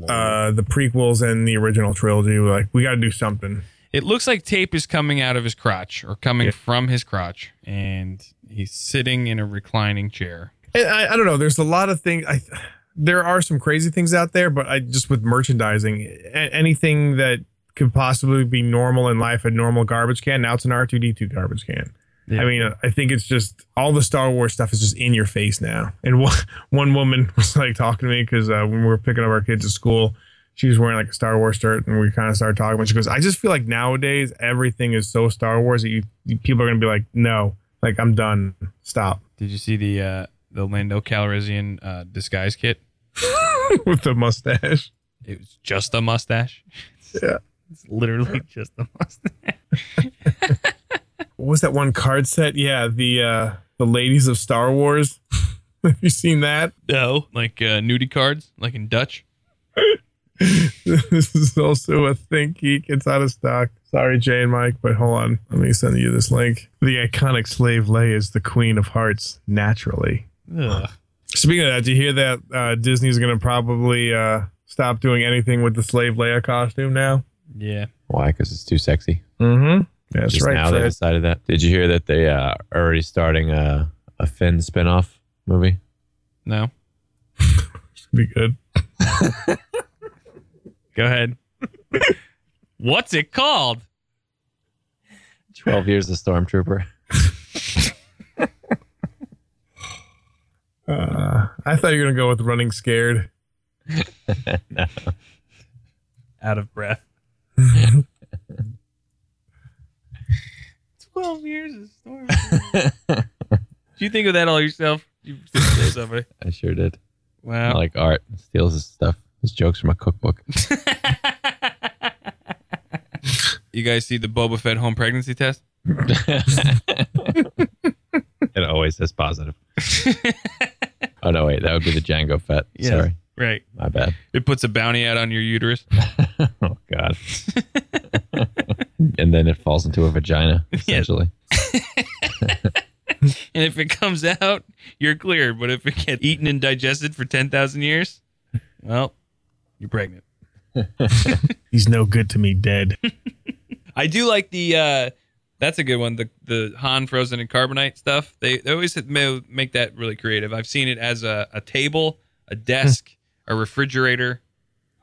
[SPEAKER 8] uh the prequels and the original trilogy. We're like, we gotta do something.
[SPEAKER 9] It looks like tape is coming out of his crotch or coming from his crotch, and he's sitting in a reclining chair.
[SPEAKER 8] And I, I don't know, there's a lot of things I there are some crazy things out there, but I just with merchandising, a- anything that could possibly be normal in life, a normal garbage can, now it's an R2D2 garbage can. I mean, uh, I think it's just all the Star Wars stuff is just in your face now. And one, one woman was like talking to me because uh, when we were picking up our kids at school, she was wearing like a Star Wars shirt, and we kind of started talking. And she goes, "I just feel like nowadays everything is so Star Wars that you, you people are gonna be like, no, like I'm done, stop
[SPEAKER 9] Did you see the uh, the Lando Calrissian uh, disguise kit?
[SPEAKER 8] with the mustache."
[SPEAKER 9] It was just a mustache.
[SPEAKER 8] Yeah.
[SPEAKER 9] It's literally just a mustache.
[SPEAKER 8] What was that one card set? Yeah, the uh, the ladies of Star Wars. Have you seen that?
[SPEAKER 9] No, like uh, nudie cards, like in Dutch.
[SPEAKER 8] this is also a Think Geek. It's out of stock. Sorry, Jay and Mike, but hold on. Let me send you this link. The iconic slave Leia is the queen of hearts, naturally.
[SPEAKER 9] Ugh.
[SPEAKER 8] Speaking of that, do you hear that uh, Disney's going to probably uh, stop doing anything with the slave Leia costume now?
[SPEAKER 9] Yeah.
[SPEAKER 10] Why? Because it's too sexy.
[SPEAKER 8] Mm-hmm. That's
[SPEAKER 10] Just
[SPEAKER 8] right,
[SPEAKER 10] now they
[SPEAKER 8] Fred.
[SPEAKER 10] decided that. Did you hear that they uh, are already starting a, a Finn spinoff movie?
[SPEAKER 9] No.
[SPEAKER 8] Be good.
[SPEAKER 9] Go ahead. What's it called?
[SPEAKER 10] 12 years a stormtrooper.
[SPEAKER 8] Uh, I thought you were going to go with running scared.
[SPEAKER 9] Out of breath. Twelve years of storm.
[SPEAKER 10] I
[SPEAKER 9] Did you think of that all yourself? You think of this over.
[SPEAKER 10] sure did. I
[SPEAKER 9] Wow.
[SPEAKER 10] like art. Steals his stuff. His jokes from a cookbook.
[SPEAKER 9] you guys see the Boba Fett home pregnancy test?
[SPEAKER 10] it always says positive. oh no, wait, that would be the Django Fett.
[SPEAKER 9] Yeah.
[SPEAKER 10] Sorry,
[SPEAKER 9] Right.
[SPEAKER 10] my bad.
[SPEAKER 9] It puts a bounty out on your uterus.
[SPEAKER 10] Oh god. and then it falls into a vagina essentially.
[SPEAKER 9] And if it comes out, you're clear. But if it gets eaten and digested for 10,000 years, well, you're pregnant.
[SPEAKER 8] He's no good to me dead.
[SPEAKER 9] I do like the, uh, that's a good one. The the Han frozen and carbonite stuff. They, they always ma- make that really creative. I've seen it as a, a table, a desk, a refrigerator.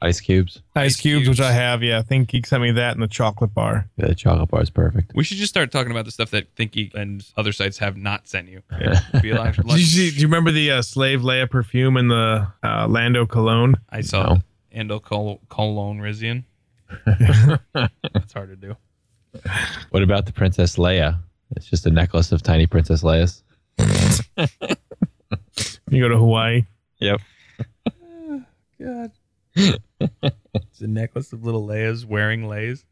[SPEAKER 10] Ice cubes.
[SPEAKER 8] Ice cubes,
[SPEAKER 9] cubes.
[SPEAKER 8] which I have. Yeah, I think Geek sent me that in the chocolate bar.
[SPEAKER 10] Yeah, the chocolate bar is perfect.
[SPEAKER 9] We should just start talking about the stuff that Thinky and other sites have not sent you. Be alive.
[SPEAKER 8] Do you, see, do you remember the uh, Slave Leia perfume and the uh, Lando cologne?
[SPEAKER 9] I saw
[SPEAKER 10] No.
[SPEAKER 9] Ando Col- Colon Rizian. That's hard to do.
[SPEAKER 10] What about the Princess Leia? It's just a necklace of tiny Princess Leias.
[SPEAKER 8] You go to Hawaii.
[SPEAKER 10] Yep.
[SPEAKER 9] God. it's a necklace of little Leias wearing Lays,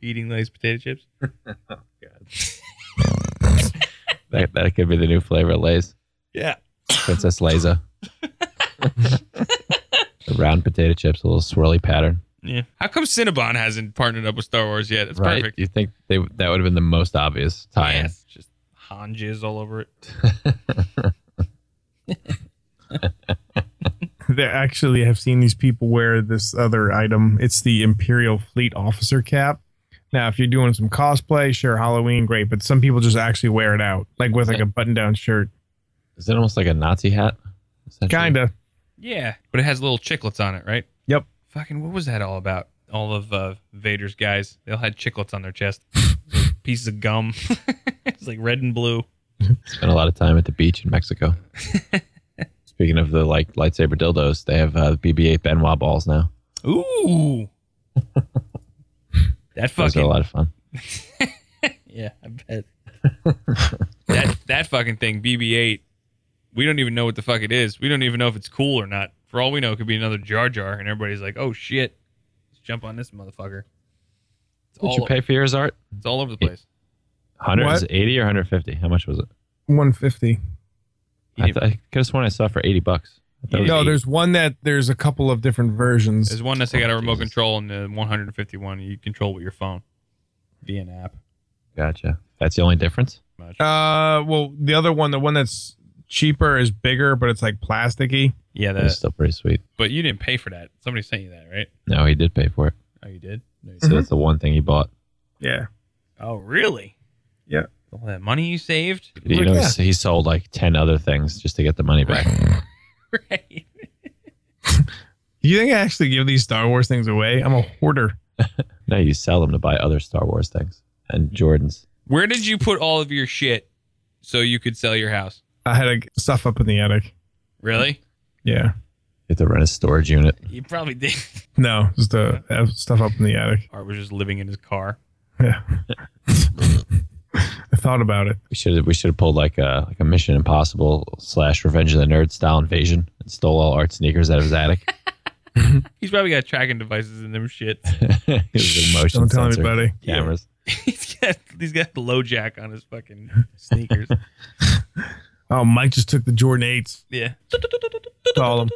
[SPEAKER 9] eating Lays potato chips.
[SPEAKER 10] That, that could be the new flavor, Lays.
[SPEAKER 9] Yeah.
[SPEAKER 10] Princess Leiza. the round potato chips, a little swirly pattern.
[SPEAKER 9] Yeah. How come Cinnabon hasn't partnered up with Star Wars yet? It's
[SPEAKER 10] right?
[SPEAKER 9] perfect.
[SPEAKER 10] You think they that would have been the most obvious tie-in?
[SPEAKER 9] Yes. Just Han jizz all over it.
[SPEAKER 8] they actually have seen these people wear this other item. It's the Imperial Fleet Officer cap. Now, if you're doing some cosplay, sure, Halloween, great. But some people just actually wear it out, like with like a button-down shirt,
[SPEAKER 10] Is it almost like a Nazi hat? essentially?
[SPEAKER 8] kinda.
[SPEAKER 9] Yeah. But it has little chiclets on it, right?
[SPEAKER 8] Yep.
[SPEAKER 9] Fucking what was that all about? all of uh, Vader's guys. They all had chiclets on their chest, pieces of gum. it's like red and blue.
[SPEAKER 10] Spent a lot of time at the beach in Mexico. Speaking of the like lightsaber dildos, they have uh, BB-8 Benoit balls now.
[SPEAKER 9] Ooh, that
[SPEAKER 10] Those are a
[SPEAKER 9] fucking
[SPEAKER 10] lot of fun.
[SPEAKER 9] yeah, I bet that that fucking thing BB-8. We don't even know what the fuck it is. We don't even know if it's cool or not. For all we know, it could be another Jar Jar, and everybody's like, "Oh shit, let's jump on this motherfucker." It's
[SPEAKER 10] What
[SPEAKER 9] all,
[SPEAKER 10] you pay for yours, Art?
[SPEAKER 9] it's all over the place.
[SPEAKER 10] 180 or 150? How much was it?
[SPEAKER 8] 150.
[SPEAKER 10] I, th- I could have sworn I saw it for 80 bucks. I thought it was
[SPEAKER 8] No,
[SPEAKER 10] eight.
[SPEAKER 8] there's one that there's a couple of different versions.
[SPEAKER 9] There's one that's got a
[SPEAKER 10] Oh,
[SPEAKER 9] remote
[SPEAKER 10] Jesus.
[SPEAKER 9] control and the 151 you control with your phone via an app.
[SPEAKER 10] Gotcha. That's the only difference?
[SPEAKER 9] Much.
[SPEAKER 8] Uh, well, the other one, the one that's cheaper is bigger, but it's like plasticky.
[SPEAKER 9] yeah,
[SPEAKER 10] That's
[SPEAKER 9] that.
[SPEAKER 10] still pretty sweet.
[SPEAKER 9] But you didn't pay for that. Somebody sent you that, right?
[SPEAKER 10] No, he did pay for it.
[SPEAKER 9] Oh, you did. No, you
[SPEAKER 10] So that's the one thing he bought.
[SPEAKER 8] Yeah.
[SPEAKER 9] Oh, really?
[SPEAKER 8] Yeah.
[SPEAKER 9] All that money you saved?
[SPEAKER 10] You know, he he sold like 10 other things just to get the money back.
[SPEAKER 9] right.
[SPEAKER 8] You think I actually give these Star Wars things away? I'm a hoarder.
[SPEAKER 10] no, you sell them to buy other Star Wars things and Jordans.
[SPEAKER 9] Where did you put all of your shit so you could sell your house?
[SPEAKER 8] I had like, stuff up in the attic.
[SPEAKER 9] Really?
[SPEAKER 8] Yeah.
[SPEAKER 10] You have to rent a storage unit.
[SPEAKER 9] You probably did.
[SPEAKER 8] No, just uh, I have stuff up in the attic.
[SPEAKER 9] Art was just living in his car.
[SPEAKER 8] Yeah. I thought about it.
[SPEAKER 10] We should have we should have pulled like a like a Mission Impossible slash Revenge of the Nerd style invasion and stole all Art's sneakers out of his attic.
[SPEAKER 9] He's probably got tracking devices in them shit.
[SPEAKER 10] It was a motion
[SPEAKER 8] Don't tell
[SPEAKER 10] sensor
[SPEAKER 8] anybody.
[SPEAKER 10] Cameras.
[SPEAKER 9] he's got he's got the low jack on his fucking sneakers.
[SPEAKER 8] Oh, Mike just took the Jordan 8s.
[SPEAKER 9] yeah.
[SPEAKER 8] Call him.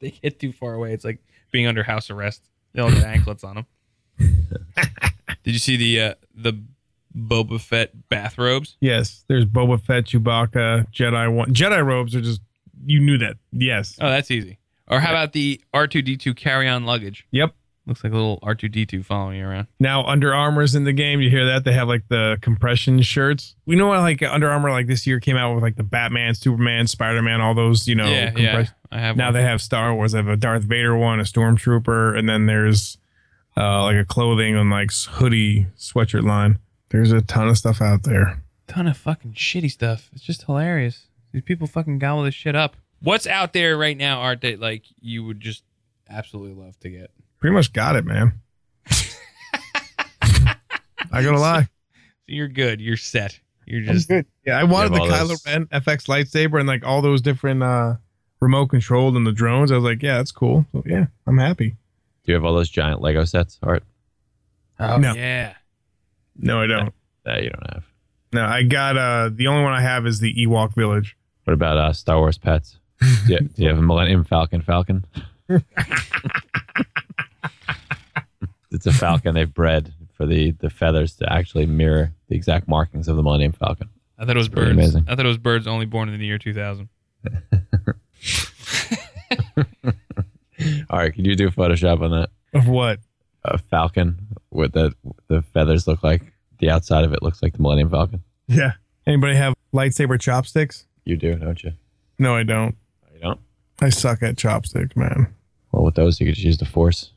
[SPEAKER 9] they get too far away. It's like being under house arrest. They all got anklets on them. Did you see the uh, the Boba Fett bathrobes?
[SPEAKER 8] Yes, there's Boba Fett, Chewbacca, Jedi one. Jedi robes are just you knew that. Yes.
[SPEAKER 9] Oh, that's easy. Or how about the R two D two carry on luggage?
[SPEAKER 8] Yep.
[SPEAKER 9] Looks like a little R two D two following you around.
[SPEAKER 8] Now Under Armour's in the game. You hear that they have like the compression shirts. We know how, like Under Armour like this year came out with like the Batman, Superman, Spider Man, all those you know.
[SPEAKER 9] yeah, yeah.
[SPEAKER 8] compress-
[SPEAKER 9] I have
[SPEAKER 8] Now
[SPEAKER 9] one.
[SPEAKER 8] they have Star Wars. They have a Darth Vader one, a Stormtrooper, and then there's uh, like a clothing and like hoodie sweatshirt line. There's a ton of stuff out there.
[SPEAKER 9] ton of fucking shitty stuff. It's just hilarious. These people fucking gobble this shit up. What's out there right now, Art, that like you would just absolutely love to get?
[SPEAKER 8] Pretty much got it, man. I gotta lie.
[SPEAKER 9] So you're good. You're set. You're
[SPEAKER 8] It's
[SPEAKER 9] just
[SPEAKER 8] good. Yeah, I wanted the
[SPEAKER 10] You have all
[SPEAKER 8] Kylo
[SPEAKER 10] those-
[SPEAKER 8] Ren FX lightsaber and like all those different uh remote controlled and the drones. I was like, yeah, that's cool. So, yeah, I'm happy.
[SPEAKER 10] Do you have all those giant Lego sets, Art?
[SPEAKER 9] oh
[SPEAKER 8] No.
[SPEAKER 9] yeah.
[SPEAKER 8] No, I don't.
[SPEAKER 10] That you don't have.
[SPEAKER 8] No, I got uh the only one I have is the Ewok Village.
[SPEAKER 10] What about uh, Star Wars pets? Do you, do you have a Millennium Falcon Falcon? it's a falcon they've bred for the, the feathers to actually mirror the exact markings of the Millennium Falcon.
[SPEAKER 9] I thought it was
[SPEAKER 10] pretty
[SPEAKER 9] birds.
[SPEAKER 10] amazing.
[SPEAKER 9] I thought it was birds only born in the year 2000.
[SPEAKER 10] All right, can you do Photoshop on that?
[SPEAKER 8] Of what?
[SPEAKER 10] A falcon with the the feathers look like the outside of it looks like the Millennium Falcon.
[SPEAKER 8] Yeah. Anybody have lightsaber chopsticks?
[SPEAKER 10] You do, don't you?
[SPEAKER 8] No, I don't.
[SPEAKER 10] No, you don't.
[SPEAKER 8] I suck at chopsticks, man.
[SPEAKER 10] Well, with those you could just use the Force.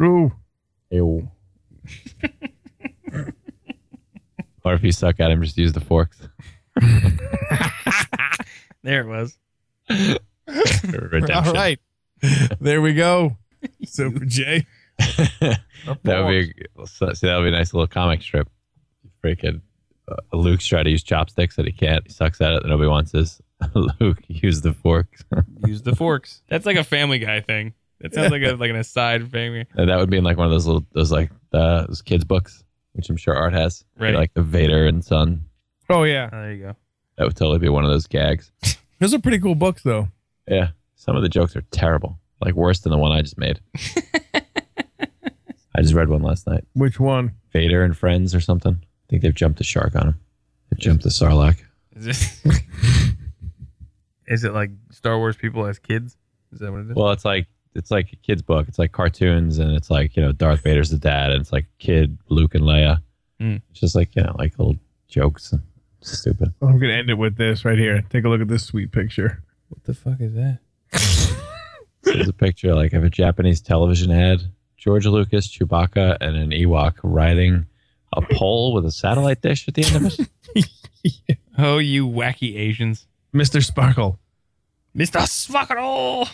[SPEAKER 8] Ooh.
[SPEAKER 10] Ew. or if you suck at him, just use the forks.
[SPEAKER 9] There it was.
[SPEAKER 10] Redemption.
[SPEAKER 8] All right. there we go. So for Jay.
[SPEAKER 10] That would be a, so, see, that would be a nice little comic strip. Freaking uh, Luke's trying to use chopsticks and he can't. He sucks at it. And Obi Wan says, "Luke, use the forks."
[SPEAKER 9] Use the forks. That's like a Family Guy thing. That sounds like a, like an aside family.
[SPEAKER 10] and Uh, that would be in like one of those little those like uh, those kids books, which I'm sure Art has.
[SPEAKER 9] Right.
[SPEAKER 10] Like the Vader and Son.
[SPEAKER 8] Oh yeah.
[SPEAKER 9] Oh, there you go.
[SPEAKER 10] That would totally be one of those gags.
[SPEAKER 8] Those are pretty cool books though.
[SPEAKER 10] Yeah. Some of the jokes are terrible. Like worse than the one I just made. I just read one last night.
[SPEAKER 8] Which one?
[SPEAKER 10] Vader and friends or something. I think they've jumped the shark on him. They jumped the Sarlacc.
[SPEAKER 9] Is it? is it like Star Wars people as kids? Is that what it is?
[SPEAKER 10] Well, it's like it's like a kid's book. It's like cartoons, and it's like you know Darth Vader's the dad, and it's like kid Luke and Leia.
[SPEAKER 9] Hmm.
[SPEAKER 10] It's just like you know like little jokes and stupid.
[SPEAKER 8] I'm gonna end it with this right here. Take a look at this sweet picture.
[SPEAKER 9] what the fuck is that?
[SPEAKER 10] There's a picture like of a Japanese television ad George Lucas, Chewbacca, and an Ewok riding a pole with a satellite dish at the end of it.
[SPEAKER 9] Oh, you wacky Asians.
[SPEAKER 8] Mr. Sparkle.
[SPEAKER 9] Mr. Swackaro!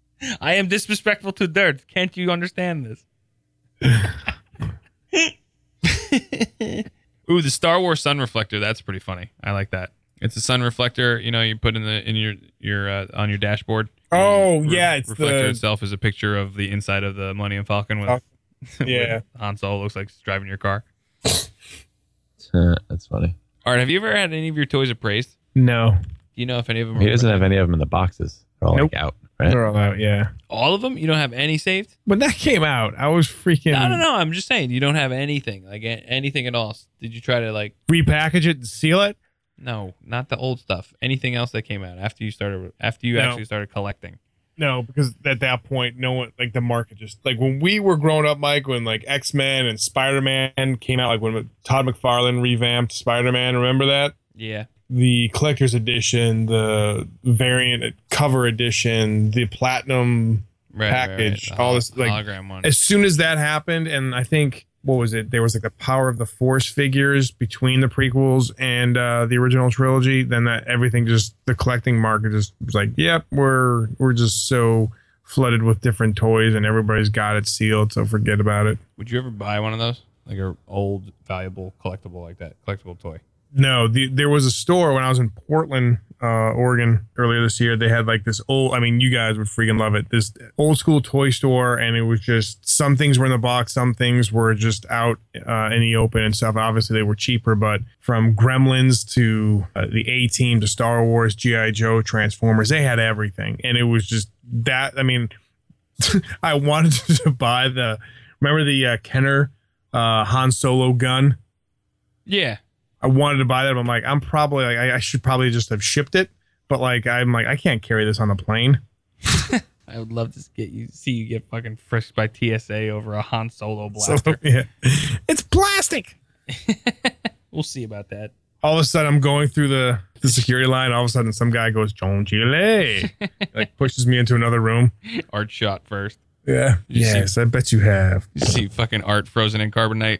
[SPEAKER 9] I am disrespectful to dirt. Can't you understand this? Ooh, the Star Wars sun reflector. That's pretty funny. I like that. It's a sun reflector. You know, you put in the in your your uh, on your dashboard.
[SPEAKER 8] Oh
[SPEAKER 9] Re-
[SPEAKER 8] yeah, it's
[SPEAKER 9] reflector
[SPEAKER 8] the
[SPEAKER 9] itself is a picture of the inside of the Millennium Falcon with,
[SPEAKER 8] Oh,
[SPEAKER 9] with
[SPEAKER 8] yeah.
[SPEAKER 9] Han Solo looks like he's driving your car.
[SPEAKER 10] Uh, That's funny.
[SPEAKER 9] All right, have you ever had any of your toys appraised?
[SPEAKER 8] no.
[SPEAKER 9] Do you know if any of them?
[SPEAKER 10] He
[SPEAKER 9] are-
[SPEAKER 10] doesn't have any of them in the boxes. They're all like out, right?
[SPEAKER 8] They're all out. Yeah.
[SPEAKER 9] all of them. You don't have any saved.
[SPEAKER 8] When that came out, I was freaking
[SPEAKER 9] No, no, no. I'm just saying you don't have anything like a- anything at all. Did you try to like?
[SPEAKER 8] repackage it and seal it.
[SPEAKER 9] No, not the old stuff. Anything else that came out after you started after you
[SPEAKER 8] No.
[SPEAKER 9] actually started collecting.
[SPEAKER 8] No, because at that point, no one like the market just like when we were growing up, Mike. When like X Men and Spider Man came out, like when Todd McFarlane revamped Spider Man. Remember that
[SPEAKER 9] Yeah.
[SPEAKER 8] the collector's edition, the variant uh, cover edition, the platinum
[SPEAKER 9] Right,
[SPEAKER 8] Package,
[SPEAKER 9] The
[SPEAKER 8] all
[SPEAKER 9] hol-
[SPEAKER 8] this, like,
[SPEAKER 9] hologram one.
[SPEAKER 8] as soon as that happened, and I think what was it? There was like the power of the force figures between the prequels and uh, the original trilogy. Then that everything just the collecting market just was like, yep, we're we're just so flooded with different toys, and everybody's got it sealed, so forget about it.
[SPEAKER 9] Would you ever buy one of those? Like a old valuable collectible like that, collectible toy.
[SPEAKER 8] No, the, there was a store when I was in Portland, uh, Oregon earlier this year. They had like this old, I mean, you guys would freaking love it. This old school toy store. And it was just some things were in the box, some things were just out uh, in the open and stuff. Obviously, they were cheaper, but from Gremlins to uh, the A Team to Star Wars, G.I. Joe, Transformers, they had everything. And it was just that, I mean, I wanted to buy the, remember the uh, Kenner uh, Han Solo gun?
[SPEAKER 9] Yeah.
[SPEAKER 8] I wanted to buy that, but I'm like, I'm probably like, I, I should probably just have shipped it. But like, I'm like, I can't carry this on the plane.
[SPEAKER 9] I would love to get you see you get fucking frisked by TSA over a Han Solo
[SPEAKER 8] So,
[SPEAKER 9] blaster.
[SPEAKER 8] yeah, it's plastic.
[SPEAKER 9] we'll see about that.
[SPEAKER 8] All of a sudden, I'm going through the, the security line. All of a sudden, some guy goes, John Gile, like pushes me into another room.
[SPEAKER 9] Art shot first.
[SPEAKER 8] Yeah.
[SPEAKER 9] You see-
[SPEAKER 8] Yes, I bet you have.
[SPEAKER 9] You see fucking art frozen in carbonite.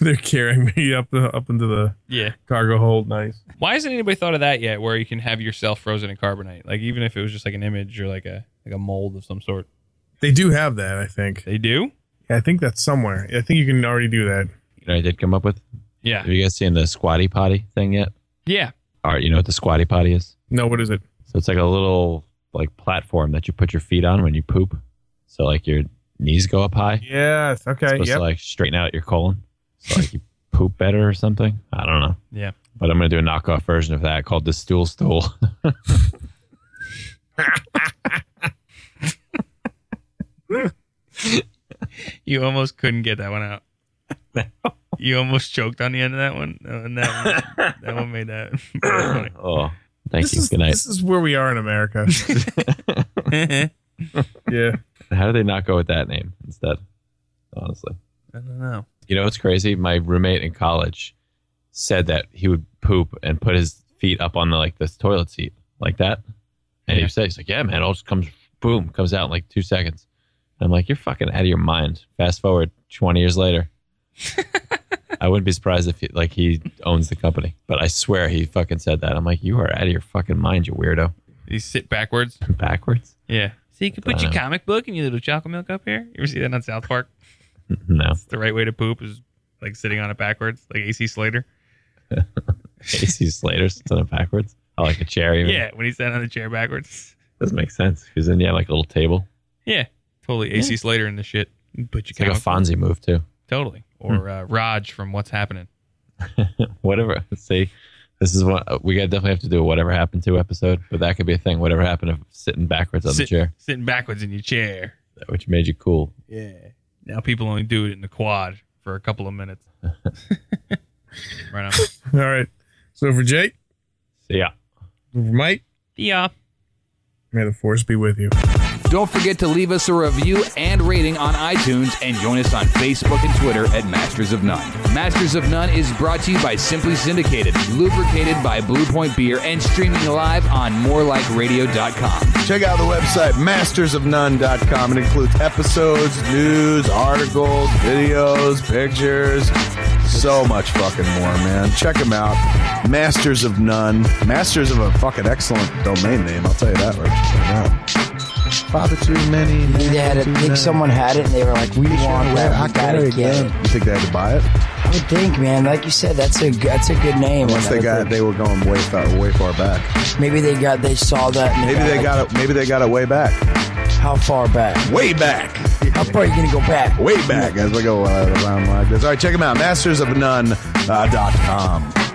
[SPEAKER 8] They're carrying me up the up into the
[SPEAKER 9] Yeah.
[SPEAKER 8] cargo hold. Nice.
[SPEAKER 9] Why hasn't anybody thought of that yet? Where you can have yourself frozen in carbonite, like even if it was just like an image or like a like a mold of some sort.
[SPEAKER 8] They do have that, I think.
[SPEAKER 9] They do.
[SPEAKER 8] Yeah, I think that's somewhere. I think you can already do that.
[SPEAKER 10] You know, I did come up with.
[SPEAKER 9] Yeah.
[SPEAKER 10] Have you guys seen the squatty potty thing yet?
[SPEAKER 9] Yeah.
[SPEAKER 10] All right, you know what the squatty potty is?
[SPEAKER 8] No, what is it?
[SPEAKER 10] So it's like a little like platform that you put your feet on when you poop. So like your knees go up high.
[SPEAKER 8] Yes.
[SPEAKER 10] It's
[SPEAKER 8] Okay.
[SPEAKER 10] supposed
[SPEAKER 8] Yep.
[SPEAKER 10] to like straighten out your colon. So like you poop better or something. I don't know.
[SPEAKER 9] Yeah.
[SPEAKER 10] But I'm gonna do a knockoff version of that called the stool stool.
[SPEAKER 9] You almost couldn't get that one out. You almost choked on the end of that one. Uh, and that one, that one made that. very
[SPEAKER 10] oh, thank
[SPEAKER 8] this
[SPEAKER 10] you.
[SPEAKER 8] is
[SPEAKER 10] Good night.
[SPEAKER 8] this is where we are in America.
[SPEAKER 9] funny.
[SPEAKER 8] yeah.
[SPEAKER 10] How did they not go with that name instead? Honestly.
[SPEAKER 9] I don't know.
[SPEAKER 10] You know what's crazy? My roommate in college said that he would poop and put his feet up on the like this toilet seat like that. And
[SPEAKER 9] Yeah.
[SPEAKER 10] he said, he's like, yeah, man, it all just comes, boom, comes out in like two seconds. And I'm like, you're fucking out of your mind. Fast forward 20 years later. I wouldn't be surprised if he, like he owns the company, but I swear he fucking said that. I'm like, you are out of your fucking mind, you weirdo.
[SPEAKER 9] You sit backwards.
[SPEAKER 10] Backwards?
[SPEAKER 9] Yeah. So you can put
[SPEAKER 10] I
[SPEAKER 9] your
[SPEAKER 10] know.
[SPEAKER 9] comic book and your little chocolate milk up here. You ever see that on South Park?
[SPEAKER 10] No.
[SPEAKER 9] It's the right way to poop is like sitting on it backwards, like AC Slater.
[SPEAKER 10] AC Slater sits on it backwards. I like a chair. Even.
[SPEAKER 9] Yeah, when he sat on the chair backwards.
[SPEAKER 10] Doesn't make sense. Because then you have like a little table.
[SPEAKER 9] Yeah, totally. AC Slater in the shit. Put
[SPEAKER 10] It's
[SPEAKER 9] your
[SPEAKER 10] like a
[SPEAKER 9] comic book-
[SPEAKER 10] Fonzie move too.
[SPEAKER 9] Totally. Or uh, Raj from What's Happening.
[SPEAKER 10] whatever. See, this is what we got. Definitely have to do a whatever happened to episode, but that could be a thing. Whatever happened to sitting backwards on
[SPEAKER 9] Sit-
[SPEAKER 10] the chair,
[SPEAKER 9] Sitting backwards in your chair.
[SPEAKER 10] which made you cool.
[SPEAKER 9] Yeah. Now people only do it in the quad for a couple of minutes. right on.
[SPEAKER 8] All right. So for Jake,
[SPEAKER 10] So yeah,
[SPEAKER 8] for Mike,
[SPEAKER 9] Yeah.
[SPEAKER 8] may the force be with you.
[SPEAKER 2] Don't forget to leave us a review and rating on iTunes and join us on Facebook and Twitter at Masters of None. Masters of None is brought to you by Simply Syndicated, lubricated by Blue Point Beer, and streaming live on morelikeradio.com.
[SPEAKER 6] Check out the website, mastersofnone.com. It includes episodes, news, articles, videos, pictures, so much fucking more, man. Check them out. Masters of None. Masters of a fucking excellent domain name, I'll tell you that right now. Father too many.
[SPEAKER 7] I think they had it. I think someone had it, and they were like, "We want that.
[SPEAKER 6] I
[SPEAKER 7] We gotta get it."
[SPEAKER 6] You think they had to buy it?
[SPEAKER 7] I would think, man. Like you said, that's a that's a good name.
[SPEAKER 6] Unless they
[SPEAKER 7] I
[SPEAKER 6] got, they were going way far, way far back.
[SPEAKER 7] think- maybe they got they saw that. And
[SPEAKER 6] Maybe they got it. Maybe they got it way back,
[SPEAKER 7] it. How far back?
[SPEAKER 6] way back,
[SPEAKER 7] How far are you gonna go back?
[SPEAKER 6] way back. As we go uh, around like this. All right, check them out. Mastersofnone.com. Uh, dot com.